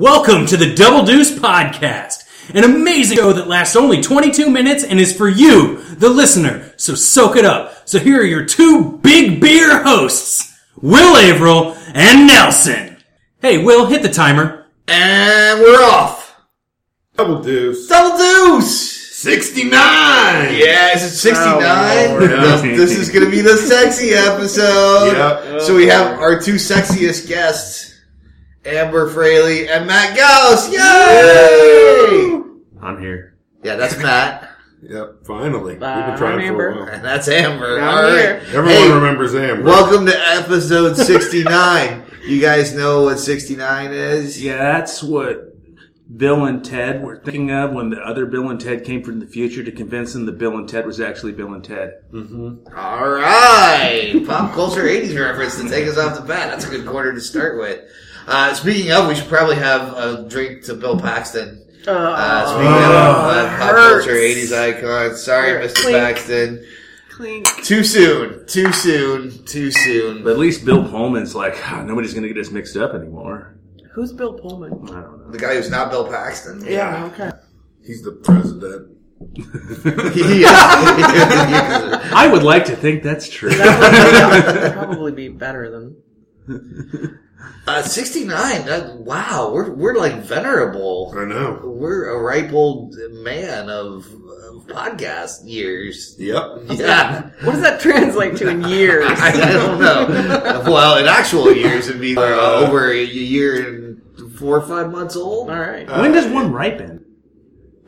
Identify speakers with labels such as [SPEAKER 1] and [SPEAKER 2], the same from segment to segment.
[SPEAKER 1] Welcome to the Double Deuce Podcast, an amazing show that lasts only 22 minutes and is for you, the listener. So soak it up. So here are your two big beer hosts, Will Averill and Nelson. Hey, Will, hit the timer.
[SPEAKER 2] And we're off.
[SPEAKER 3] Double deuce.
[SPEAKER 2] Double deuce.
[SPEAKER 3] 69!
[SPEAKER 2] Yes, it's 69.
[SPEAKER 3] Oh, Lord.
[SPEAKER 2] this, this is going to be the sexy episode.
[SPEAKER 3] Yep.
[SPEAKER 2] So we have our two sexiest guests, Amber Fraley and Matt Gauss. Yay!
[SPEAKER 4] I'm here.
[SPEAKER 2] Yeah, that's Matt.
[SPEAKER 3] Yep, finally. We've
[SPEAKER 5] Bye,
[SPEAKER 3] been trying for
[SPEAKER 5] Amber.
[SPEAKER 3] a while.
[SPEAKER 2] And that's Amber.
[SPEAKER 5] I'm
[SPEAKER 2] All right.
[SPEAKER 5] here.
[SPEAKER 3] Everyone
[SPEAKER 2] Hey,
[SPEAKER 3] remembers Amber.
[SPEAKER 2] Welcome to episode 69. you guys know what 69 is?
[SPEAKER 4] Yeah, that's what Bill and Ted were thinking of when the other Bill and Ted came from the future to convince them that Bill and Ted was actually Bill and Ted.
[SPEAKER 2] All right, pop culture '80s reference to take us off the bat. That's a good quarter to start with. Uh, speaking of, we should probably have a drink to Bill Paxton. Uh,
[SPEAKER 5] Uh,
[SPEAKER 2] speaking of uh, pop
[SPEAKER 5] hurts.
[SPEAKER 2] culture '80s icon, sorry,
[SPEAKER 5] Hurts.
[SPEAKER 2] Mr.
[SPEAKER 5] Clink.
[SPEAKER 2] Paxton.
[SPEAKER 5] clean.
[SPEAKER 2] Too soon, too soon, too soon.
[SPEAKER 4] But at least Bill Pullman's like, "Ah, nobody's going to get us mixed up anymore.
[SPEAKER 5] Who's Bill Pullman?
[SPEAKER 4] I don't know.
[SPEAKER 2] the guy who's not Bill Paxton.
[SPEAKER 5] Yeah, okay.
[SPEAKER 3] He's the president.
[SPEAKER 2] He is- he is.
[SPEAKER 4] I would like to think that's true.
[SPEAKER 5] That would probably be better than.
[SPEAKER 2] Uh, 69. That, wow, we're we're like venerable.
[SPEAKER 3] I know.
[SPEAKER 2] We're a ripe old man of, of podcast years.
[SPEAKER 3] Yep.
[SPEAKER 2] Yeah.
[SPEAKER 5] What does that translate to in years?
[SPEAKER 2] I don't know. well, in actual years, it'd be uh, over a year and four or five months old.
[SPEAKER 5] All right.
[SPEAKER 4] when does one ripen?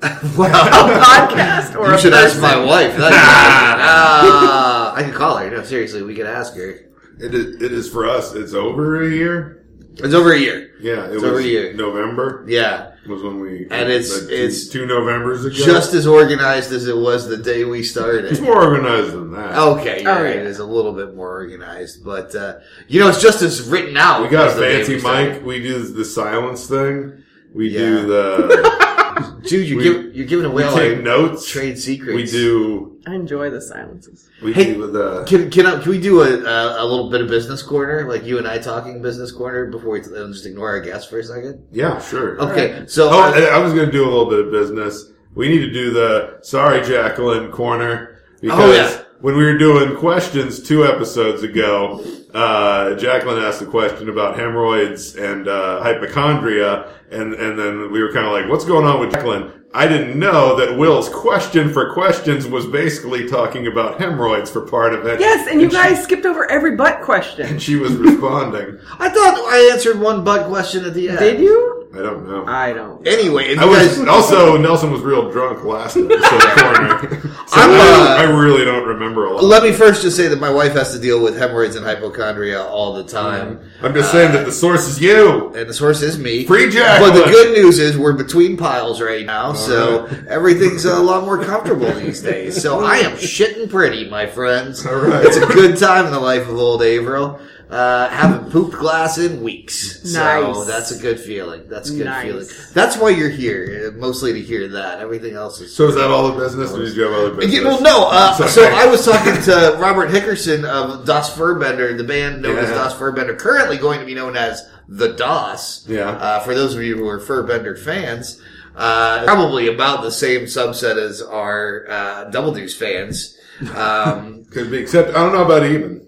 [SPEAKER 2] Wow.
[SPEAKER 5] Podcast or
[SPEAKER 2] you
[SPEAKER 5] a
[SPEAKER 2] should ask
[SPEAKER 5] person?
[SPEAKER 2] my wife. That's uh, I could call her. No, seriously, we could ask her.
[SPEAKER 3] It is, it is for us. It's over a year.
[SPEAKER 2] It's over a year.
[SPEAKER 3] Yeah, it was
[SPEAKER 2] over a year.
[SPEAKER 3] November
[SPEAKER 2] Yeah.
[SPEAKER 3] was when we.
[SPEAKER 2] And it's-
[SPEAKER 3] like two-
[SPEAKER 2] it's
[SPEAKER 3] two Novembers ago.
[SPEAKER 2] Just as organized as it was the day we started.
[SPEAKER 3] it's more organized than that.
[SPEAKER 2] Okay, you're
[SPEAKER 5] Oh,
[SPEAKER 2] right.
[SPEAKER 5] yeah.
[SPEAKER 2] It is a little bit more organized, but uh, you know, it's just as written out.
[SPEAKER 3] we got a
[SPEAKER 2] as the day
[SPEAKER 3] fancy
[SPEAKER 2] we started.
[SPEAKER 3] mic. We do the silence thing. We
[SPEAKER 2] Yeah.
[SPEAKER 3] do the
[SPEAKER 2] dude. You
[SPEAKER 3] We-
[SPEAKER 2] give, you're giving away
[SPEAKER 3] we
[SPEAKER 2] all
[SPEAKER 3] take
[SPEAKER 2] our
[SPEAKER 3] notes.
[SPEAKER 2] trade secrets.
[SPEAKER 3] we do
[SPEAKER 5] I enjoy the silences.
[SPEAKER 3] we
[SPEAKER 2] Hey,
[SPEAKER 3] do the
[SPEAKER 2] Can can, I, can we do a, a a little bit of business corner, like you and I talking business corner, before we uh, just ignore our guests for a second?
[SPEAKER 3] yeah sure
[SPEAKER 2] Okay, so
[SPEAKER 3] Oh,
[SPEAKER 2] uh,
[SPEAKER 3] I I was going to do a little bit of business. We need to do the sorry, Jacqueline corner because
[SPEAKER 2] Oh, yeah.
[SPEAKER 3] when we were doing questions two episodes ago, uh, Jacqueline asked a question about hemorrhoids and uh, hypochondria, and and then we were kind of like, "What's going on with Jacqueline?" I didn't know that Will's question for questions was basically talking about hemorrhoids for part of it.
[SPEAKER 5] Yes, and you
[SPEAKER 3] she-
[SPEAKER 5] guys skipped over every butt question.
[SPEAKER 3] and she was responding.
[SPEAKER 2] I thought I answered one butt question at the end.
[SPEAKER 5] Did you?
[SPEAKER 3] I don't know.
[SPEAKER 5] I don't.
[SPEAKER 2] Anyway, if
[SPEAKER 3] I
[SPEAKER 2] you
[SPEAKER 3] was
[SPEAKER 2] guys-
[SPEAKER 3] also Nelson was real drunk last episode corner. So
[SPEAKER 2] I'm,
[SPEAKER 3] I,
[SPEAKER 2] uh,
[SPEAKER 3] I really don't remember a lot.
[SPEAKER 2] let me first just say that my wife has to deal with hemorrhoids and hypochondria all the time,
[SPEAKER 3] I'm just saying that the source is you.
[SPEAKER 2] and the source is me.
[SPEAKER 3] Free Jack.
[SPEAKER 2] But the good news is we're between piles right now, so everything's a lot more comfortable these days. So I am shitting pretty, my friends.
[SPEAKER 3] All right.
[SPEAKER 2] It's a good time in the life of old Averill. Uh, haven't pooped glass in weeks. So
[SPEAKER 5] Nice.
[SPEAKER 2] that's a good feeling. That's a good
[SPEAKER 5] Nice.
[SPEAKER 2] feeling. That's why you're here, uh, mostly to hear that. Everything else is.
[SPEAKER 3] So is that all the business? Or did you have other business?
[SPEAKER 2] Yeah, well, no. Uh,
[SPEAKER 3] Sorry.
[SPEAKER 2] so I was talking to Robert Hickerson of Das Furbender, the band known as
[SPEAKER 3] Yeah.
[SPEAKER 2] Das Furbender, currently going to be known as the Das.
[SPEAKER 3] Yeah.
[SPEAKER 2] Uh, for those of you who are Furbender fans, uh, probably about the same subset as our uh, Double Deuce fans. Um,
[SPEAKER 3] Could be, except I don't know about even.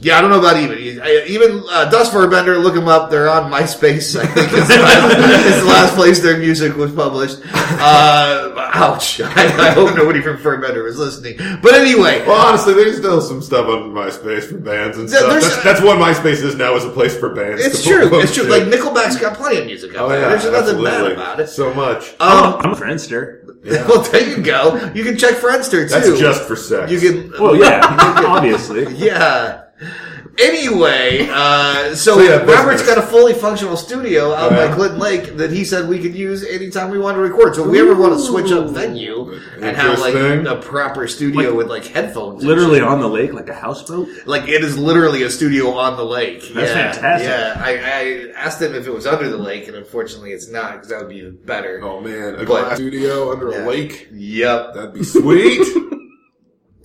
[SPEAKER 2] yeah, I don't know about even I- even uh, Dust Furbender. Look them up. They're on MySpace. I think is the last, is the last place their music was published. Uh, ouch! I, I hope nobody from Furbender was listening. But anyway,
[SPEAKER 3] Well, honestly, there's still some stuff on MySpace for bands and
[SPEAKER 2] Yeah,
[SPEAKER 3] stuff.
[SPEAKER 2] there's-
[SPEAKER 3] That's, that's what MySpace is now is a place for bands.
[SPEAKER 2] It's
[SPEAKER 3] to pull
[SPEAKER 2] true.
[SPEAKER 3] up
[SPEAKER 2] It's true.
[SPEAKER 3] shit.
[SPEAKER 2] Like Nickelback's got plenty of music out
[SPEAKER 3] oh
[SPEAKER 2] there.
[SPEAKER 3] yeah,
[SPEAKER 2] There's nothing bad
[SPEAKER 3] absolutely.
[SPEAKER 2] about it.
[SPEAKER 3] So much.
[SPEAKER 2] Um,
[SPEAKER 4] I'm a friendster.
[SPEAKER 2] Well, there you go. You can check Friendster too.
[SPEAKER 3] That's just for sex.
[SPEAKER 2] you can.
[SPEAKER 4] Well, yeah, obviously.
[SPEAKER 2] yeah. Anyway, uh, so,
[SPEAKER 3] So, yeah,
[SPEAKER 2] Robert's
[SPEAKER 3] business.
[SPEAKER 2] got a fully functional studio out
[SPEAKER 3] Yeah.
[SPEAKER 2] by Clinton Lake that he said we could use anytime we want to record. So if we ever want to switch up venue and have like
[SPEAKER 3] Interesting.
[SPEAKER 2] a proper studio with like headphones, and
[SPEAKER 4] Literally on the lake like a houseboat.
[SPEAKER 2] Like it is literally a studio on the lake.
[SPEAKER 4] That's
[SPEAKER 2] yeah,
[SPEAKER 4] fantastic.
[SPEAKER 2] Yeah, I, I asked him if it was under the lake, and unfortunately, it's not because that would be better.
[SPEAKER 3] oh man, a
[SPEAKER 2] But-
[SPEAKER 3] glass studio under
[SPEAKER 2] Yeah.
[SPEAKER 3] a lake.
[SPEAKER 2] Yep.
[SPEAKER 3] That'd be sweet.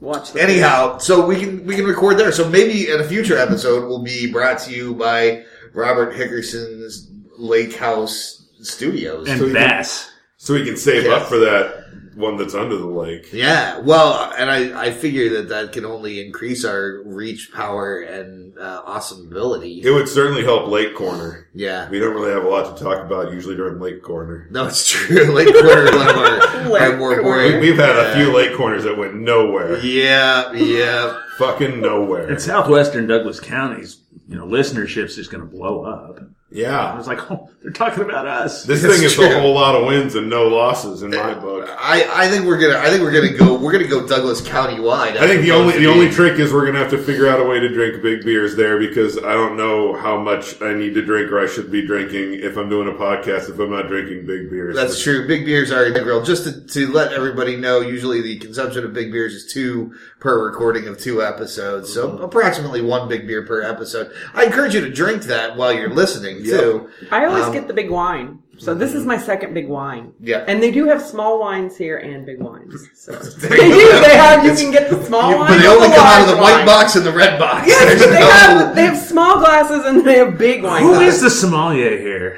[SPEAKER 5] Watch the
[SPEAKER 2] Anyhow, so we can we can record there. So maybe in a future episode will be brought to you by Robert Hickerson's Lake House studios.
[SPEAKER 4] and
[SPEAKER 3] So you can-
[SPEAKER 4] Bass.
[SPEAKER 3] So we can save
[SPEAKER 2] Yes.
[SPEAKER 3] up for that one that's under the lake.
[SPEAKER 2] yeah, well, and I, I figure that that can only increase our reach, power, and uh, awesome ability.
[SPEAKER 3] It would certainly help Lake Corner.
[SPEAKER 2] Yeah.
[SPEAKER 3] We don't really have a lot to talk about usually during Lake Corner.
[SPEAKER 2] No, it's true. Lake Corner is one of our,
[SPEAKER 5] Lake
[SPEAKER 2] our more
[SPEAKER 5] Corner.
[SPEAKER 2] boring.
[SPEAKER 3] We, we've had a
[SPEAKER 2] Yeah.
[SPEAKER 3] few Lake Corners that went nowhere.
[SPEAKER 2] Yeah, yeah.
[SPEAKER 3] Fucking nowhere.
[SPEAKER 4] In southwestern Douglas counties, you know, listenership's just going to blow up. I
[SPEAKER 3] Yeah.
[SPEAKER 4] was like, oh, they're talking about us.
[SPEAKER 3] This
[SPEAKER 2] It's
[SPEAKER 3] thing is
[SPEAKER 2] true.
[SPEAKER 3] a whole lot of wins and no losses in my book.
[SPEAKER 2] I, I think we're gonna I think we're gonna go we're gonna go Douglas County wide.
[SPEAKER 3] I think the only the only trick is we're gonna have to figure out a way to drink big beers there because I don't know how much I need to drink or I should be drinking if I'm doing a podcast if I'm not drinking big beers.
[SPEAKER 2] That's true. Big beers are integral. Just to, to let everybody know, usually the consumption of big beers is two per recording of two episodes. So approximately one big beer per episode. I encourage you to drink that while you're listening too.
[SPEAKER 5] I always
[SPEAKER 2] Um,
[SPEAKER 5] get the big wine. So this is my second big wine.
[SPEAKER 2] Yeah.
[SPEAKER 5] And they do have small wines here and big wines. So they
[SPEAKER 2] you
[SPEAKER 5] do.
[SPEAKER 2] go.
[SPEAKER 5] They have, you
[SPEAKER 2] It's-
[SPEAKER 5] can get Oh, the small wine.
[SPEAKER 2] But they
[SPEAKER 5] or
[SPEAKER 2] only come out of
[SPEAKER 5] large
[SPEAKER 2] the white
[SPEAKER 5] wine.
[SPEAKER 2] box and the red box.
[SPEAKER 5] Yes,
[SPEAKER 2] There's
[SPEAKER 5] they,
[SPEAKER 2] no-
[SPEAKER 5] have, they have small glasses and they have big wine.
[SPEAKER 4] Who
[SPEAKER 5] glasses.
[SPEAKER 4] is the sommelier here?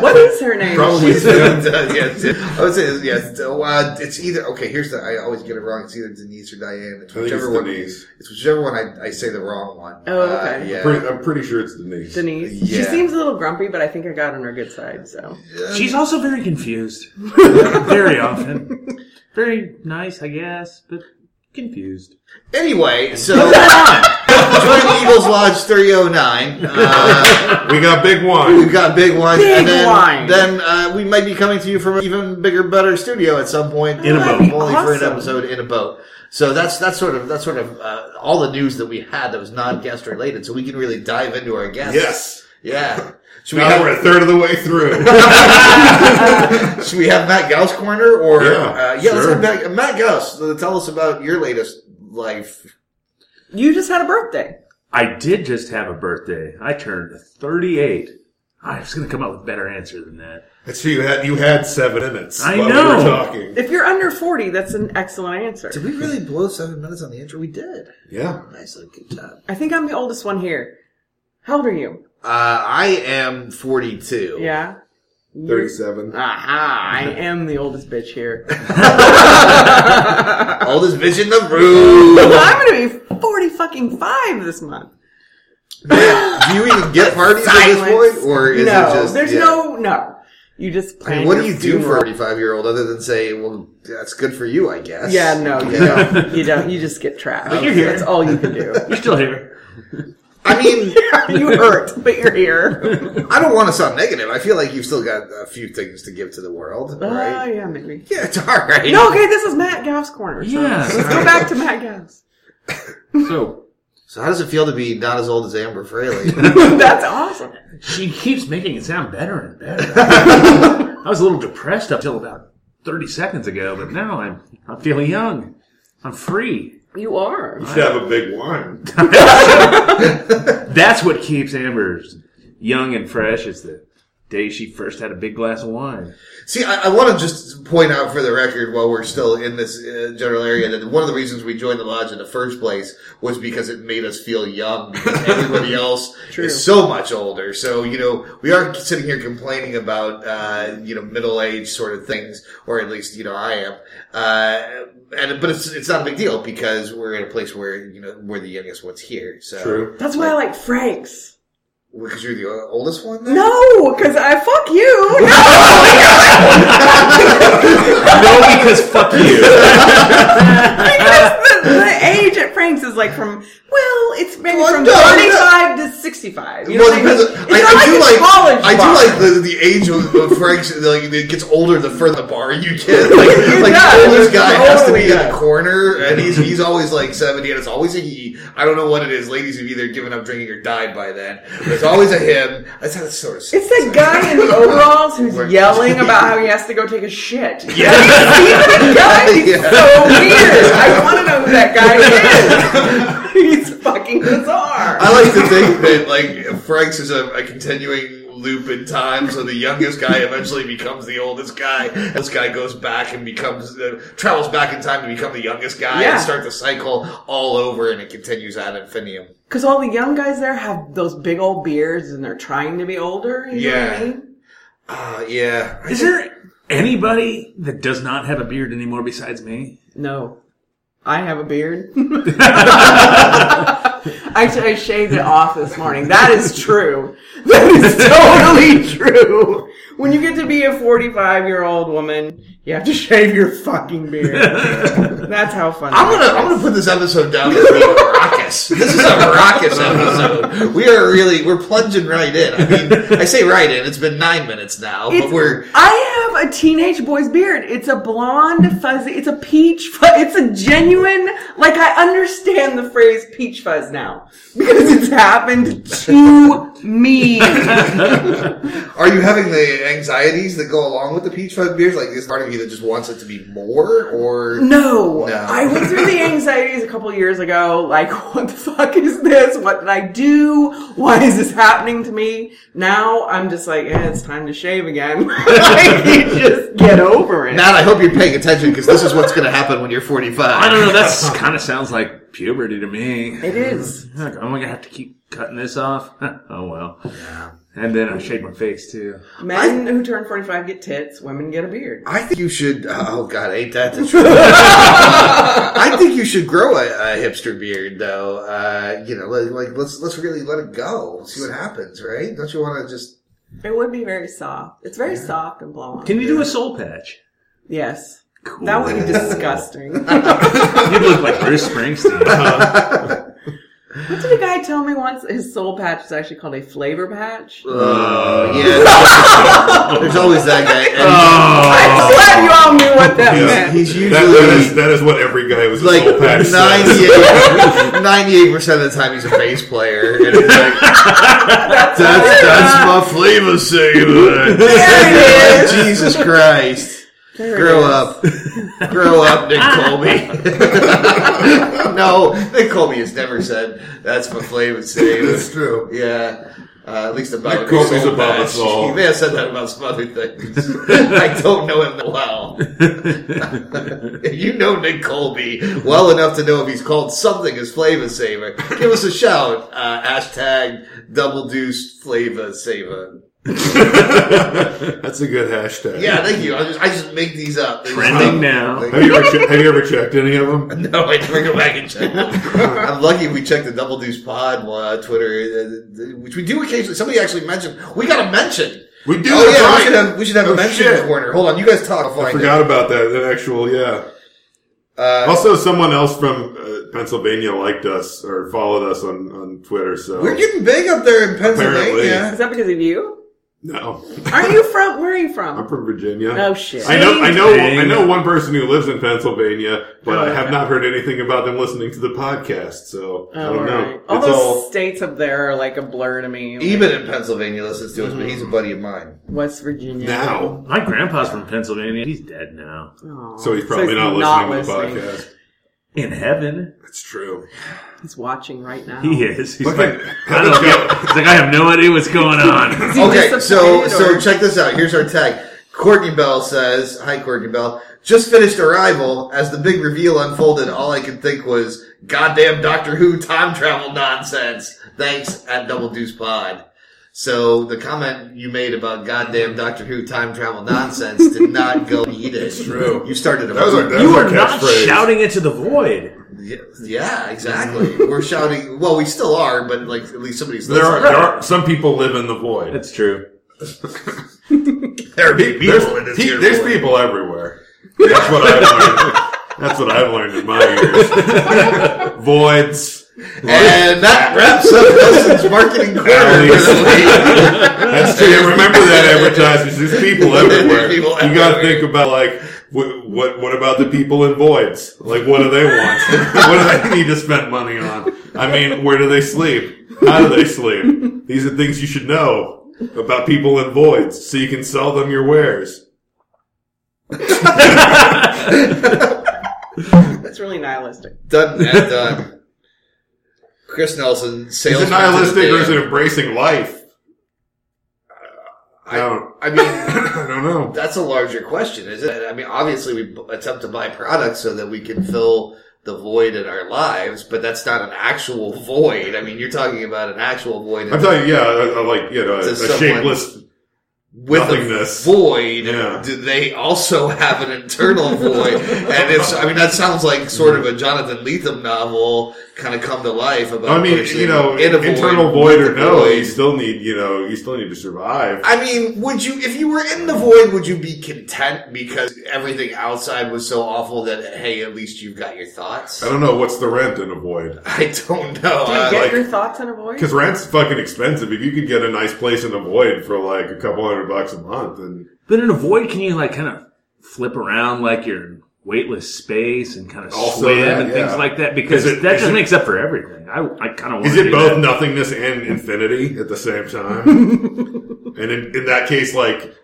[SPEAKER 5] What is her name?
[SPEAKER 3] Probably
[SPEAKER 5] She's-
[SPEAKER 3] Jen.
[SPEAKER 2] yes, I would say yes. so, Uh, it's either okay. Here's the I always get it wrong. It's either Denise or Diane. It's
[SPEAKER 3] I think
[SPEAKER 2] whichever
[SPEAKER 3] it's
[SPEAKER 2] one.
[SPEAKER 3] Denise.
[SPEAKER 2] It's whichever one I, I say the wrong one.
[SPEAKER 5] Oh,
[SPEAKER 2] Uh,
[SPEAKER 5] okay.
[SPEAKER 2] yeah.
[SPEAKER 3] Pretty- I'm pretty sure it's Denise.
[SPEAKER 5] Denise. She
[SPEAKER 2] Yeah.
[SPEAKER 5] seems a little grumpy, but I think I got on her good side. So
[SPEAKER 4] She's also very confused. very often. Very nice, I guess, but confused.
[SPEAKER 2] Anyway, so join Eagles Lodge 309. Uh,
[SPEAKER 3] We got big one.
[SPEAKER 2] we've got big ones,
[SPEAKER 5] Big
[SPEAKER 2] and then,
[SPEAKER 5] wine.
[SPEAKER 2] then uh, we might be coming to you from an even bigger, better studio at some point.
[SPEAKER 4] In a
[SPEAKER 2] uh,
[SPEAKER 4] boat.
[SPEAKER 2] only for an
[SPEAKER 5] Awesome.
[SPEAKER 2] episode in a boat. So that's that's sort of that's sort of uh, all the news that we had that was non guest related. So we can really dive into our guests.
[SPEAKER 3] Yes.
[SPEAKER 2] Yeah. Should we,
[SPEAKER 3] Now we're a
[SPEAKER 2] have,
[SPEAKER 3] third of the way through.
[SPEAKER 2] Uh, should we have Matt Gauss corner or
[SPEAKER 3] Yeah,
[SPEAKER 2] uh, yeah let's
[SPEAKER 3] sure.
[SPEAKER 2] have Matt, Matt Gauss uh, tell us about your latest life.
[SPEAKER 5] you just had a birthday.
[SPEAKER 4] I did just have a birthday. I turned 38. I was going to come up with a better answer than that.
[SPEAKER 3] That's you had you had seven minutes.
[SPEAKER 4] I
[SPEAKER 3] while We
[SPEAKER 4] know.
[SPEAKER 3] were talking.
[SPEAKER 5] If you're under forty, that's an excellent answer.
[SPEAKER 2] Did we really blow seven minutes on the intro? We did.
[SPEAKER 3] Yeah.
[SPEAKER 2] Nicely, good job.
[SPEAKER 5] I think I'm the oldest one here. How old are you?
[SPEAKER 2] Uh, I am 42.
[SPEAKER 5] Yeah.
[SPEAKER 3] Thirty-seven.
[SPEAKER 5] Aha! I am the oldest bitch here.
[SPEAKER 2] Oldest bitch in the room.
[SPEAKER 5] I'm gonna be forty fucking five this month.
[SPEAKER 2] Do you even get parties at this
[SPEAKER 5] Silence.
[SPEAKER 2] point, or is
[SPEAKER 5] no,
[SPEAKER 2] it just?
[SPEAKER 5] there's
[SPEAKER 2] yeah.
[SPEAKER 5] no no. You just
[SPEAKER 2] I
[SPEAKER 5] plan.
[SPEAKER 2] mean, what do
[SPEAKER 5] your
[SPEAKER 2] you do for a
[SPEAKER 5] funeral.
[SPEAKER 2] 45 year old other than say, well, that's good for you, I guess?
[SPEAKER 5] Yeah, no, you don't. You don't. You just get trashed.
[SPEAKER 4] you're here.
[SPEAKER 5] That's all you can do.
[SPEAKER 4] You're still here.
[SPEAKER 2] I mean,
[SPEAKER 5] you hurt, but you're here.
[SPEAKER 2] I don't want to sound negative. I feel like you've still got a few things to give to the world,
[SPEAKER 5] Oh
[SPEAKER 2] right?
[SPEAKER 5] yeah, maybe.
[SPEAKER 2] Yeah, it's all right.
[SPEAKER 5] No, okay. This is Matt Gauss corner. So
[SPEAKER 4] Yeah.
[SPEAKER 5] Let's go back to Matt Gauss.
[SPEAKER 4] So
[SPEAKER 2] So how does it feel to be not as old as Amber Fraley?
[SPEAKER 5] That's awesome.
[SPEAKER 4] she keeps making it sound better and better. I was a little depressed up till about 30 seconds ago, but now I'm I'm feeling young. I'm free.
[SPEAKER 5] You are.
[SPEAKER 3] Should have a big one.
[SPEAKER 4] That's what keeps Amber young and fresh is the day she first had a big glass of wine.
[SPEAKER 2] See, I, I want to just point out for the record, while we're still in this uh, general area, that one of the reasons we joined the lodge in the first place was because it made us feel young. Because everybody else
[SPEAKER 5] True.
[SPEAKER 2] is so much older. So you know, we are sitting here complaining about uh, you know middle age sort of things, or at least you know I am. Uh, and but it's it's not a big deal because we're in a place where you know we're the youngest ones here. So
[SPEAKER 3] True.
[SPEAKER 5] That's why I like Frank's.
[SPEAKER 2] because you're the o- oldest one. then?
[SPEAKER 5] No, because I fuck you. No.
[SPEAKER 4] no, because fuck you.
[SPEAKER 5] Because the, the age at Frank's is like from well, it's maybe
[SPEAKER 2] Well,
[SPEAKER 5] from
[SPEAKER 2] no, no.
[SPEAKER 5] thirty-five to sixty-five. You know
[SPEAKER 2] Well,
[SPEAKER 5] what I
[SPEAKER 2] it
[SPEAKER 5] mean?
[SPEAKER 2] depends
[SPEAKER 5] It's
[SPEAKER 2] on-
[SPEAKER 5] not like a college
[SPEAKER 2] I
[SPEAKER 5] bar.
[SPEAKER 2] do like the, the age of, of Frank's. Like it gets older the further the bar you get. Like,
[SPEAKER 5] It
[SPEAKER 2] like
[SPEAKER 5] does.
[SPEAKER 2] the oldest guy has to be
[SPEAKER 5] Totally
[SPEAKER 2] in the
[SPEAKER 5] does.
[SPEAKER 2] corner, and he's he's always like seventy, and it's always a he. I don't know what it is. Ladies have either given up drinking or died by then. But it's always a him. That's how it's sort of.
[SPEAKER 5] It's that guy in the overalls who's
[SPEAKER 2] We're-
[SPEAKER 5] yelling about how he has to go take a shit. Yeah.
[SPEAKER 2] yeah.
[SPEAKER 5] that guy? He's so weird. I want to know who that guy is. He's fucking bizarre.
[SPEAKER 2] I like to think that like Frank's is a, a continuing loop in time, so the youngest guy eventually becomes the oldest guy. and This guy goes back and becomes uh, travels back in time to become the youngest guy
[SPEAKER 5] Yeah.
[SPEAKER 2] and start the cycle all over, and it continues ad infinitum.
[SPEAKER 5] Because all the young guys there have those big old beards and they're trying to be older. You know what
[SPEAKER 2] Yeah.
[SPEAKER 5] I mean?
[SPEAKER 2] Uh, yeah.
[SPEAKER 4] Is there anybody that does not have a beard anymore besides me?
[SPEAKER 5] No. I have a beard. Actually, I shaved it off this morning. That is true. That is totally true. When you get to be a 45 year old woman, you have to shave your fucking beard. That's how fun
[SPEAKER 2] I'm
[SPEAKER 5] it
[SPEAKER 2] gonna I'm
[SPEAKER 5] is.
[SPEAKER 2] gonna put this episode down as being raucous. This is a raucous episode. We are really we're plunging right in. I mean, I say right in. It's been nine minutes now,
[SPEAKER 5] It's-
[SPEAKER 2] but we're
[SPEAKER 5] I have a teenage boy's beard. It's a blonde fuzzy. It's a peach. Fu- it's a genuine. Like I understand the phrase peach fuzz now because it's happened to me.
[SPEAKER 2] are you having the anxieties that go along with the peach fuzz beers? Like, is part of you that just wants it to be more, or
[SPEAKER 5] No,
[SPEAKER 2] No.
[SPEAKER 5] I went through the anxieties a couple years ago. Like, what the fuck is this? What did I do? Why is this happening to me? Now I'm just like, eh, it's time to shave again. like, you just get over it.
[SPEAKER 2] Matt? I hope you're paying attention because this is what's going to happen when you're 45.
[SPEAKER 4] I don't know. That kind of sounds like puberty to me.
[SPEAKER 5] it is.
[SPEAKER 4] Heck, I'm gonna have to keep cutting this off. oh well. And then I shave my face too.
[SPEAKER 5] Men who turn 45 get tits, women get a beard.
[SPEAKER 2] I think you should. Oh God, ain't that the truth? I think you should grow a, a hipster beard, though. Uh, you know, like, like let's let's really let it go. See what happens, right? Don't you want to just?
[SPEAKER 5] It would be very soft. It's very soft and blonde.
[SPEAKER 4] Can you do a soul patch?
[SPEAKER 5] yes. That would be disgusting. what
[SPEAKER 4] You look like Bruce Springsteen.
[SPEAKER 5] did a guy tell me once? His soul patch is actually called a flavor patch.
[SPEAKER 2] Oh yeah. There's always that guy. And
[SPEAKER 5] I'm
[SPEAKER 4] Oh.
[SPEAKER 5] glad you all knew what Oh, that meant.
[SPEAKER 2] he's, he's
[SPEAKER 3] That- that,
[SPEAKER 2] usually
[SPEAKER 3] is, that is what every guy was a
[SPEAKER 2] like
[SPEAKER 3] soul patch says.
[SPEAKER 2] 98 percent of the time he's a bass player. And it's like, that's that's my flavor saver.
[SPEAKER 5] There it is.
[SPEAKER 2] Jesus Christ.
[SPEAKER 5] There it
[SPEAKER 2] Grow
[SPEAKER 5] is.
[SPEAKER 2] up. Grow up, Nick Colby. no, Nick Colby has never said, that's my flavor saver.
[SPEAKER 3] That's true.
[SPEAKER 2] Yeah. Uh, at least about
[SPEAKER 3] Nick Colby's
[SPEAKER 2] soul
[SPEAKER 3] about
[SPEAKER 2] patch.
[SPEAKER 3] us all.
[SPEAKER 2] He may have said that about some other things. I don't know him that well. you know Nick Colby well enough to know if he's called something as flavor saver. Give us a shout. Uh, hashtag double deuce flavor saver.
[SPEAKER 3] That's a good hashtag.
[SPEAKER 2] Yeah, thank you. I just I just make these up. They just-
[SPEAKER 4] Trending now.
[SPEAKER 3] Have you, ever che- have you ever checked any of them?
[SPEAKER 2] No, I never go back and check. I'm lucky we checked the Double Deuce Pod uh, Twitter, uh, which we do occasionally. Somebody actually mentioned. We got a mention.
[SPEAKER 3] We do.
[SPEAKER 2] Oh yeah, we
[SPEAKER 3] right.
[SPEAKER 2] should have we should have
[SPEAKER 3] Oh,
[SPEAKER 2] a mention
[SPEAKER 3] shit.
[SPEAKER 2] corner. Hold on, you guys talk. I'll find
[SPEAKER 3] I
[SPEAKER 2] it.
[SPEAKER 3] forgot about that. That actual, yeah.
[SPEAKER 2] Uh,
[SPEAKER 3] Also, someone else from uh, Pennsylvania liked us or followed us on, on Twitter. So
[SPEAKER 2] we're getting big up there in Pennsylvania.
[SPEAKER 5] Is that because of you?
[SPEAKER 3] no,
[SPEAKER 5] Are you from? Where are you
[SPEAKER 3] I'm
[SPEAKER 5] from?
[SPEAKER 3] from Virginia.
[SPEAKER 5] Oh shit.
[SPEAKER 3] I know, I know,
[SPEAKER 4] Dang.
[SPEAKER 3] I know one person who lives in Pennsylvania, but
[SPEAKER 5] Oh,
[SPEAKER 3] I have
[SPEAKER 5] okay.
[SPEAKER 3] not heard anything about them listening to the podcast. So I don't know.
[SPEAKER 5] Oh, Alright. All
[SPEAKER 3] It's
[SPEAKER 5] those
[SPEAKER 3] all
[SPEAKER 5] states up there are like a blur to me.
[SPEAKER 2] Even in Pennsylvania listens to us, but he's a buddy of mine.
[SPEAKER 5] West Virginia.
[SPEAKER 3] now,
[SPEAKER 4] My grandpa's from Pennsylvania. He's dead now.
[SPEAKER 5] Aw.
[SPEAKER 3] so he's probably not, listening to the podcast.
[SPEAKER 4] In heaven,
[SPEAKER 3] That's true.
[SPEAKER 5] He's watching right now.
[SPEAKER 4] he is. He's
[SPEAKER 3] Look
[SPEAKER 4] like,
[SPEAKER 3] at-
[SPEAKER 4] I don't know. He's like, I have no idea what's going on.
[SPEAKER 5] he
[SPEAKER 2] Okay, so
[SPEAKER 5] disappointed
[SPEAKER 2] so
[SPEAKER 5] or-
[SPEAKER 2] check this out. Here's our tag. Courtney Bell says, "Hi, Courtney Bell. Just finished Arrival. As the big reveal unfolded, all I could think was, goddamn Doctor Who time travel nonsense." Thanks at Double Deuce Pod. So the comment you made about goddamn Doctor Who time travel nonsense did not go eat it. It's
[SPEAKER 3] true.
[SPEAKER 2] You started a
[SPEAKER 3] That was our, that
[SPEAKER 4] You
[SPEAKER 3] was our
[SPEAKER 4] are not
[SPEAKER 3] catchphrase.
[SPEAKER 4] shouting into the void.
[SPEAKER 2] Yeah, yeah, exactly. We're shouting. Well, we still are, but like at least somebody's
[SPEAKER 3] There
[SPEAKER 2] listening.
[SPEAKER 3] are, there are some people live in the void.
[SPEAKER 4] That's true.
[SPEAKER 2] There be
[SPEAKER 3] there's,
[SPEAKER 2] people in this
[SPEAKER 3] pe-
[SPEAKER 2] here
[SPEAKER 3] there's
[SPEAKER 2] void.
[SPEAKER 3] people everywhere. That's what I've learned. That's what I've learned in my years. Voids.
[SPEAKER 2] And that wraps up Wilson's marketing corner.
[SPEAKER 3] Alleys.
[SPEAKER 2] for the week.
[SPEAKER 3] That's true. Remember that advertisement. There's people everywhere.
[SPEAKER 2] There's people
[SPEAKER 3] you got to
[SPEAKER 2] everywhere.
[SPEAKER 3] think about like what, what what about the people in voids? Like what do they want? what do they need to spend money on? I mean, where do they sleep? How do they sleep? These are things you should know about people in voids, so you can sell them your wares.
[SPEAKER 5] That's really nihilistic.
[SPEAKER 2] Done that done. Chris Nelson,
[SPEAKER 3] Is
[SPEAKER 2] sales.
[SPEAKER 3] it nihilistic or is it embracing life? I don't.
[SPEAKER 2] I mean,
[SPEAKER 3] I don't know.
[SPEAKER 2] that's a larger question, is it? I mean, obviously, we b- attempt to buy products so that we can fill the void in our lives, but that's not an actual void. I mean, you're talking about an actual void. in-
[SPEAKER 3] I'm telling you, yeah, I, I like you know, a,
[SPEAKER 2] To
[SPEAKER 3] a
[SPEAKER 2] someone-
[SPEAKER 3] shapeless
[SPEAKER 2] with
[SPEAKER 3] Nothingness.
[SPEAKER 2] a void,
[SPEAKER 3] Yeah.
[SPEAKER 2] do they also have an internal void? And it's, I mean, that sounds like sort of a Jonathan Lethem novel kind of come to life. About
[SPEAKER 3] I mean,
[SPEAKER 2] a person
[SPEAKER 3] you know,
[SPEAKER 2] in a void,
[SPEAKER 3] internal void
[SPEAKER 2] with
[SPEAKER 3] or
[SPEAKER 2] a
[SPEAKER 3] no,
[SPEAKER 2] void.
[SPEAKER 3] you still need, you know, you still need to survive.
[SPEAKER 2] I mean, would you, if you were in the void, would you be content because everything outside was so awful that, hey, at least you've got your thoughts?
[SPEAKER 3] I don't know what's the rent in a void
[SPEAKER 2] I don't know.
[SPEAKER 5] Do you
[SPEAKER 2] Uh,
[SPEAKER 5] get
[SPEAKER 2] like,
[SPEAKER 5] your thoughts in a voice?
[SPEAKER 3] because rent's fucking expensive. If you could get a nice place in a void for like a couple hundred bucks a month, and
[SPEAKER 4] But in a void, can you like kind of flip around like you're in weightless space and kind of
[SPEAKER 3] Also
[SPEAKER 4] swim
[SPEAKER 3] that,
[SPEAKER 4] and
[SPEAKER 3] yeah.
[SPEAKER 4] things like that? Because
[SPEAKER 3] Is it-
[SPEAKER 4] that
[SPEAKER 3] is
[SPEAKER 4] just
[SPEAKER 3] it-
[SPEAKER 4] makes up for everything. I, I kind of want
[SPEAKER 3] is
[SPEAKER 4] to
[SPEAKER 3] it both nothingness and infinity at the same time? and in, in that case, like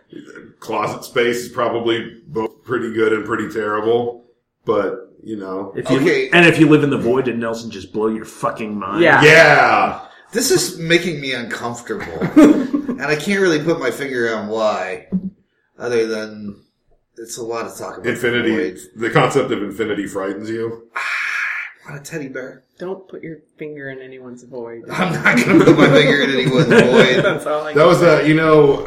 [SPEAKER 3] closet space is probably both pretty good and pretty terrible. But you know,
[SPEAKER 4] If you,
[SPEAKER 2] Okay.
[SPEAKER 4] And if you live in the void, did Nelson just blow your fucking mind?
[SPEAKER 5] Yeah.
[SPEAKER 3] yeah.
[SPEAKER 2] this is making me uncomfortable. and I can't really put my finger on why, other than it's a lot of talk about
[SPEAKER 3] Infinity,
[SPEAKER 2] void.
[SPEAKER 3] the concept of infinity frightens you.
[SPEAKER 2] Not a teddy bear.
[SPEAKER 5] Don't put your finger in anyone's void.
[SPEAKER 2] I'm not going to put my finger in anyone's void.
[SPEAKER 5] That's all I
[SPEAKER 3] That
[SPEAKER 5] can
[SPEAKER 3] was, uh, you know,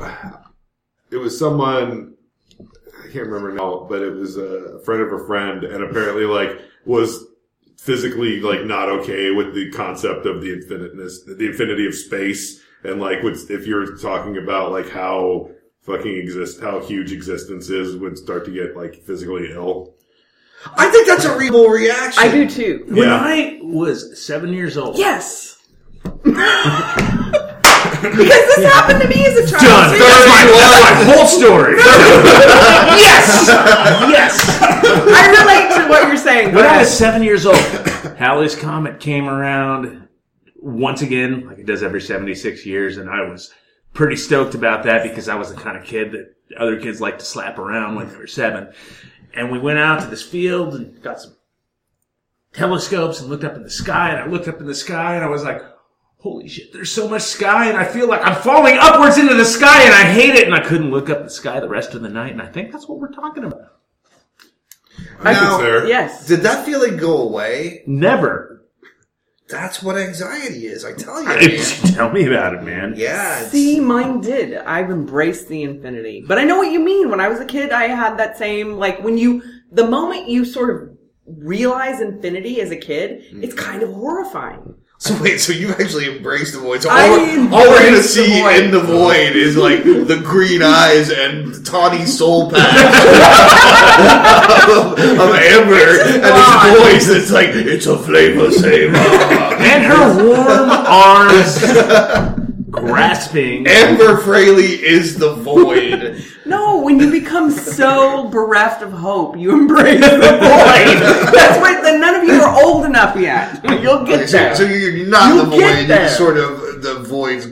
[SPEAKER 3] it was someone, I can't remember now, but it was a friend of a friend and apparently like was physically like not okay with the concept of the infiniteness, the infinity of space. And like, what's, if you're talking about like how fucking exist, how huge existence is would start to get like physically ill.
[SPEAKER 2] I think that's a reasonable reaction.
[SPEAKER 5] I do too.
[SPEAKER 4] When
[SPEAKER 3] Yeah.
[SPEAKER 4] I was seven years old,
[SPEAKER 5] Yes. because this happened to me as a child.
[SPEAKER 4] Done.
[SPEAKER 5] too.
[SPEAKER 4] That's my, that's my whole story.
[SPEAKER 5] Yes.
[SPEAKER 4] yes.
[SPEAKER 5] I relate to what you're saying.
[SPEAKER 4] When I
[SPEAKER 5] Brad.
[SPEAKER 4] was seven years old, Halley's Comet came around once again, like it does every 76 years, and I was pretty stoked about that because I was the kind of kid that other kids like to slap around when they were seven. And we went out to this field and got some telescopes and looked up in the sky, and I looked up in the sky and I was like, Holy shit, there's so much sky, and I feel like I'm falling upwards into the sky, and I hate it, and I couldn't look up at the sky the rest of the night, and I think that's what we're talking about.
[SPEAKER 3] I think
[SPEAKER 2] Now-
[SPEAKER 3] it's there.
[SPEAKER 5] yes.
[SPEAKER 2] Did that feeling go away?
[SPEAKER 4] Never
[SPEAKER 2] That's what anxiety is. I tell you, man.
[SPEAKER 4] Tell me about it, man.
[SPEAKER 2] Yeah. it's-
[SPEAKER 5] See, mine did. I've embraced the infinity. But I know what you mean. When I was a kid, I had that same, like, when you, the moment you sort of realize infinity as a kid,
[SPEAKER 2] Mm-hmm.
[SPEAKER 5] it's kind of horrifying.
[SPEAKER 2] So wait, so you actually embraced the void. So all,
[SPEAKER 5] I
[SPEAKER 2] we're- all we're gonna
[SPEAKER 5] embraced the
[SPEAKER 2] see
[SPEAKER 5] void.
[SPEAKER 2] in the void is like the green eyes and tawny soul patch of, of Amber and
[SPEAKER 5] gone.
[SPEAKER 2] his voice that's like, it's a flavor saver.
[SPEAKER 4] And her warm arms grasping.
[SPEAKER 2] Amber Fraley is the void.
[SPEAKER 5] No, when you become so bereft of hope, you embrace the void. That's what, then none of you are old enough yet. You'll
[SPEAKER 2] Okay,
[SPEAKER 5] get
[SPEAKER 2] so,
[SPEAKER 5] there.
[SPEAKER 2] so you're not
[SPEAKER 5] You
[SPEAKER 2] the void,
[SPEAKER 5] get
[SPEAKER 2] you're
[SPEAKER 5] there.
[SPEAKER 2] sort of the void's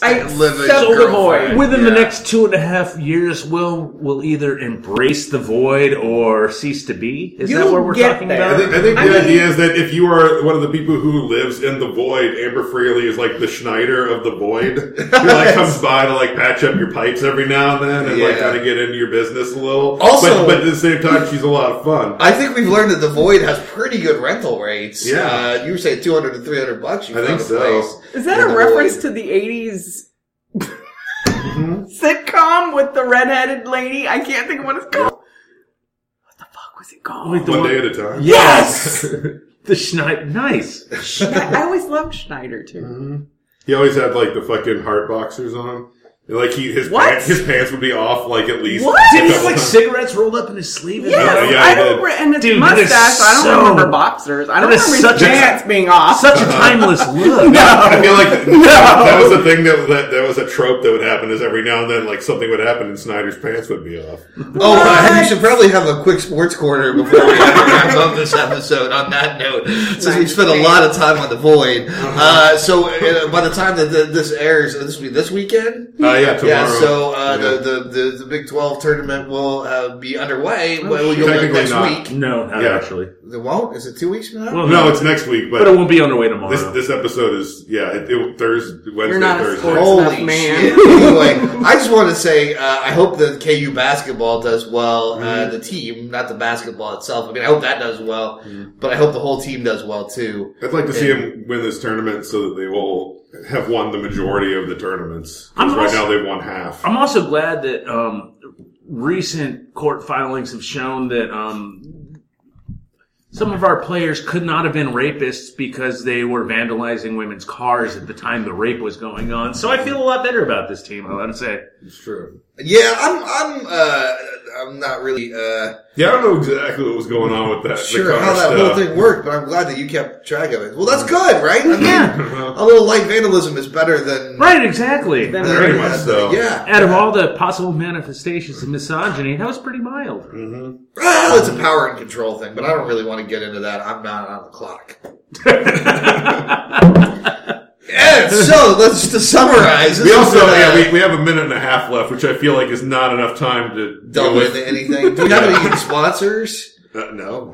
[SPEAKER 5] I
[SPEAKER 2] living
[SPEAKER 5] accept the
[SPEAKER 2] girlfriend.
[SPEAKER 5] void.
[SPEAKER 4] Within the
[SPEAKER 2] Yeah.
[SPEAKER 4] next two and a half years, Will will either embrace the void or cease to be. Is that
[SPEAKER 5] You'll
[SPEAKER 4] what we're
[SPEAKER 5] get
[SPEAKER 4] talking
[SPEAKER 5] there.
[SPEAKER 4] about?
[SPEAKER 3] I think, I think
[SPEAKER 5] I
[SPEAKER 3] the
[SPEAKER 5] mean-
[SPEAKER 3] idea is that if you are one of the people who lives in the void, Amber Freely is like the Schneider of the void, who like comes by to like patch up your pipes every now and then and like
[SPEAKER 2] Yeah.
[SPEAKER 3] kind of get into your business a little.
[SPEAKER 2] Also-
[SPEAKER 3] but, but at the same time, she's a lot of fun.
[SPEAKER 2] I think we've learned that the Void has pretty good rental rates.
[SPEAKER 3] Yeah.
[SPEAKER 2] uh, you were saying two hundred to three hundred bucks. You
[SPEAKER 3] I
[SPEAKER 2] found
[SPEAKER 3] think
[SPEAKER 2] a
[SPEAKER 3] so.
[SPEAKER 2] place
[SPEAKER 5] Is that
[SPEAKER 2] in
[SPEAKER 5] a
[SPEAKER 2] the
[SPEAKER 5] reference
[SPEAKER 2] Void.
[SPEAKER 5] to the 80s
[SPEAKER 2] Mm-hmm.
[SPEAKER 5] sitcom with the redheaded lady? I can't think of what it's called. What the fuck was it called?
[SPEAKER 4] Oh, the
[SPEAKER 3] One
[SPEAKER 4] one-
[SPEAKER 3] day at a time.
[SPEAKER 4] yes! the Schneider. Nice.
[SPEAKER 5] I always loved Schneider
[SPEAKER 3] Mm-hmm.
[SPEAKER 5] too.
[SPEAKER 3] He always had like the fucking heart boxers on. And, like he his
[SPEAKER 5] What?
[SPEAKER 3] pants his pants would be off like at least.
[SPEAKER 5] What?
[SPEAKER 3] a
[SPEAKER 5] Did he
[SPEAKER 4] He
[SPEAKER 3] couple
[SPEAKER 4] had like
[SPEAKER 3] times.
[SPEAKER 4] cigarettes rolled up in his sleeve. and-
[SPEAKER 5] Yes,
[SPEAKER 3] yeah,
[SPEAKER 5] I
[SPEAKER 3] he
[SPEAKER 5] don't
[SPEAKER 3] did.
[SPEAKER 5] re- and his
[SPEAKER 4] Dude, that
[SPEAKER 5] mustache.
[SPEAKER 4] is
[SPEAKER 5] I
[SPEAKER 4] so-
[SPEAKER 5] don't remember boxers. I don't
[SPEAKER 4] that is
[SPEAKER 5] remember his
[SPEAKER 4] such a-
[SPEAKER 5] pants being off.
[SPEAKER 4] Such a timeless look.
[SPEAKER 3] I feel like that was the thing that, that that was a trope that would happen is every now and then like something would happen and Snyder's pants would be off.
[SPEAKER 2] Oh, uh,
[SPEAKER 5] What?
[SPEAKER 2] we should probably have a quick sports corner before we wrap up this episode. On that note, since we've spent a lot of time on the void, uh, so uh, by the time that th- this airs, uh, this will be this weekend.
[SPEAKER 3] Uh, yeah, tomorrow.
[SPEAKER 2] Yeah, so uh,
[SPEAKER 3] Yeah.
[SPEAKER 2] The, the, the the Big Twelve tournament will uh, be underway. well, you'll be
[SPEAKER 3] Technically
[SPEAKER 2] next
[SPEAKER 3] not.
[SPEAKER 2] week.
[SPEAKER 4] No, not
[SPEAKER 3] Yeah.
[SPEAKER 4] actually.
[SPEAKER 2] They won't? Is it two weeks from now?
[SPEAKER 4] Well,
[SPEAKER 3] No, it's next week,
[SPEAKER 4] but it
[SPEAKER 3] but
[SPEAKER 4] won't be on the way tomorrow.
[SPEAKER 3] this this episode is yeah, it, it, Thursday, Wednesday,
[SPEAKER 5] not a
[SPEAKER 3] Thursday.
[SPEAKER 5] sports
[SPEAKER 2] Holy
[SPEAKER 5] Enough, man.
[SPEAKER 2] shit! anyway, I just want to say uh, I hope the KU basketball does well. Uh, the team, not the basketball itself. I mean, I hope that does well, but I hope the whole team does well too.
[SPEAKER 3] I'd like to see him win this tournament so that they will have won the majority of the tournaments. 'Cause
[SPEAKER 4] I'm
[SPEAKER 3] right
[SPEAKER 4] also-
[SPEAKER 3] now they've won half.
[SPEAKER 4] I'm also glad that um, recent court filings have shown that um, some of our players could not have been rapists because they were vandalizing women's cars at the time the rape was going on. So I feel a lot better about this team. I would say
[SPEAKER 3] It's true.
[SPEAKER 2] Yeah, I'm. I'm. Uh, I'm not really uh,
[SPEAKER 3] Yeah, I don't know exactly what was going on with that. the
[SPEAKER 2] sure
[SPEAKER 3] car
[SPEAKER 2] how that
[SPEAKER 3] stuff.
[SPEAKER 2] whole thing worked, but I'm glad that you kept track of it. Well, that's good, right? I mean,
[SPEAKER 4] Yeah.
[SPEAKER 2] a little light vandalism is better than
[SPEAKER 4] right, exactly.
[SPEAKER 5] Then-
[SPEAKER 2] than-
[SPEAKER 3] Very much so.
[SPEAKER 2] Yeah,
[SPEAKER 4] Out of all the possible manifestations of misogyny, that was pretty mild.
[SPEAKER 2] well, it's a power and control thing, but I don't really want to get into that. I'm not on the clock. Yeah, so let's to summarize. this uh,
[SPEAKER 3] We
[SPEAKER 2] has
[SPEAKER 3] also
[SPEAKER 2] been a-
[SPEAKER 3] yeah, we, we have a minute and a half left, which I feel like is not enough time to
[SPEAKER 2] done
[SPEAKER 3] deal
[SPEAKER 2] with
[SPEAKER 3] with.
[SPEAKER 2] anything. Do we have any sponsors?
[SPEAKER 3] Uh, no,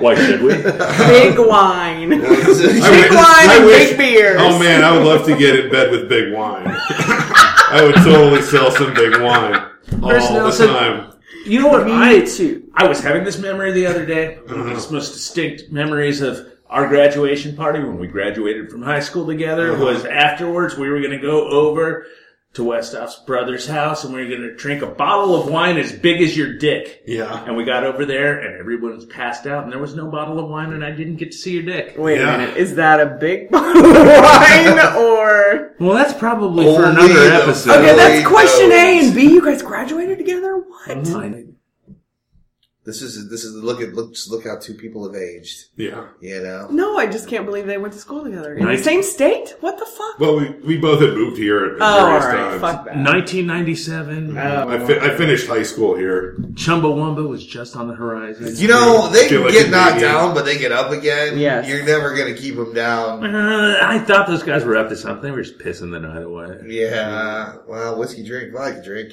[SPEAKER 4] Why should we?
[SPEAKER 5] Big wine. Big
[SPEAKER 3] wish-
[SPEAKER 5] wine
[SPEAKER 3] I
[SPEAKER 5] and
[SPEAKER 3] wish-
[SPEAKER 5] big beers.
[SPEAKER 3] Oh man, I would love to get in bed with big wine. I would totally sell some big wine all
[SPEAKER 4] Chris
[SPEAKER 3] the
[SPEAKER 4] Nelson.
[SPEAKER 3] time.
[SPEAKER 4] You know what?
[SPEAKER 5] Me
[SPEAKER 4] I
[SPEAKER 5] too.
[SPEAKER 4] I was having this memory the other day. One
[SPEAKER 2] Uh-huh.
[SPEAKER 4] of the most distinct memories of our graduation party when we graduated from high school together
[SPEAKER 2] Uh-huh.
[SPEAKER 4] was afterwards we were going to go over to Westoff's brother's house and we were going to drink a bottle of wine as big as your dick.
[SPEAKER 3] Yeah.
[SPEAKER 4] And we got over there and everyone was passed out and there was no bottle of wine and I didn't get to see your dick.
[SPEAKER 5] Wait
[SPEAKER 3] Yeah.
[SPEAKER 5] a minute. Is that a big bottle of wine or?
[SPEAKER 4] Well, that's probably for
[SPEAKER 2] Holy
[SPEAKER 4] another
[SPEAKER 2] the-
[SPEAKER 4] episode.
[SPEAKER 5] Okay, that's
[SPEAKER 2] Holy
[SPEAKER 5] question A
[SPEAKER 2] goats.
[SPEAKER 5] and B. You guys graduated together? What?
[SPEAKER 4] Fine.
[SPEAKER 2] This is this is look at look just look how two people have aged.
[SPEAKER 3] Yeah.
[SPEAKER 2] You know.
[SPEAKER 5] No, I just can't believe they went to school together in
[SPEAKER 4] Nice.
[SPEAKER 5] the same state. What the fuck?
[SPEAKER 3] Well, we, we both had moved here at
[SPEAKER 5] oh, all
[SPEAKER 3] various
[SPEAKER 5] right.
[SPEAKER 3] times.
[SPEAKER 5] Fuck that. Oh.
[SPEAKER 4] 1997,
[SPEAKER 3] I, fi- I finished high school here.
[SPEAKER 4] Chumbawamba was just on the horizon.
[SPEAKER 2] You know they
[SPEAKER 3] Feel
[SPEAKER 2] can
[SPEAKER 3] like
[SPEAKER 2] get
[SPEAKER 3] a
[SPEAKER 2] knocked
[SPEAKER 3] maniac.
[SPEAKER 2] down, but they get up again.
[SPEAKER 5] Yes.
[SPEAKER 2] You're never gonna keep them down.
[SPEAKER 4] Uh, I thought those guys were up to something. They were just pissing the night away.
[SPEAKER 2] Yeah.
[SPEAKER 3] Mm-hmm.
[SPEAKER 2] Well, whiskey drink, vodka drink.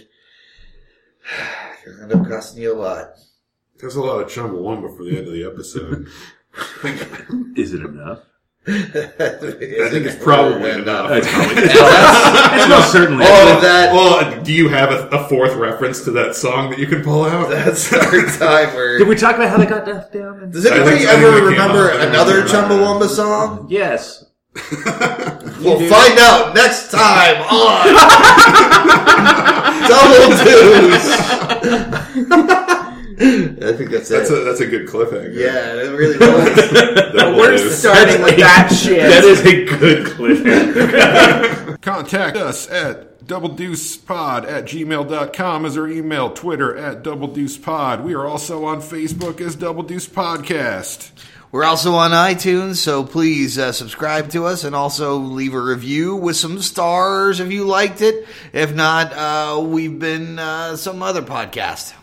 [SPEAKER 2] Gonna end up costing you a lot.
[SPEAKER 3] There's a lot of Chumbawamba for the end of the episode.
[SPEAKER 4] Is it enough?
[SPEAKER 3] I think it's probably enough.
[SPEAKER 4] It's probably it's most certainly.
[SPEAKER 2] All of that.
[SPEAKER 3] Well, do you have a, a fourth reference to that song that you can pull out?
[SPEAKER 2] That's our timer.
[SPEAKER 4] Did we talk about how they got knocked down?
[SPEAKER 2] Does
[SPEAKER 3] I
[SPEAKER 2] anybody
[SPEAKER 3] think- I think we
[SPEAKER 2] ever
[SPEAKER 3] came
[SPEAKER 2] remember
[SPEAKER 3] up with it.
[SPEAKER 2] another Chumbawamba song?
[SPEAKER 4] Yes.
[SPEAKER 2] We'll find out next time on Double Deuce. I think that's,
[SPEAKER 3] That's
[SPEAKER 2] it.
[SPEAKER 3] a that's a good cliffhanger.
[SPEAKER 2] yeah, it really was.
[SPEAKER 3] Double
[SPEAKER 5] We're
[SPEAKER 3] deuce.
[SPEAKER 5] starting with that shit.
[SPEAKER 4] That is a good cliffhanger.
[SPEAKER 6] Contact us at doubledeucepod at gmail.com is our email, Twitter at doubledeucepod. We are also on Facebook as Double Deuce Podcast.
[SPEAKER 2] We're also on iTunes, so please uh, subscribe to us and also leave a review with some stars if you liked it. If not, uh, we've been uh, some other podcast.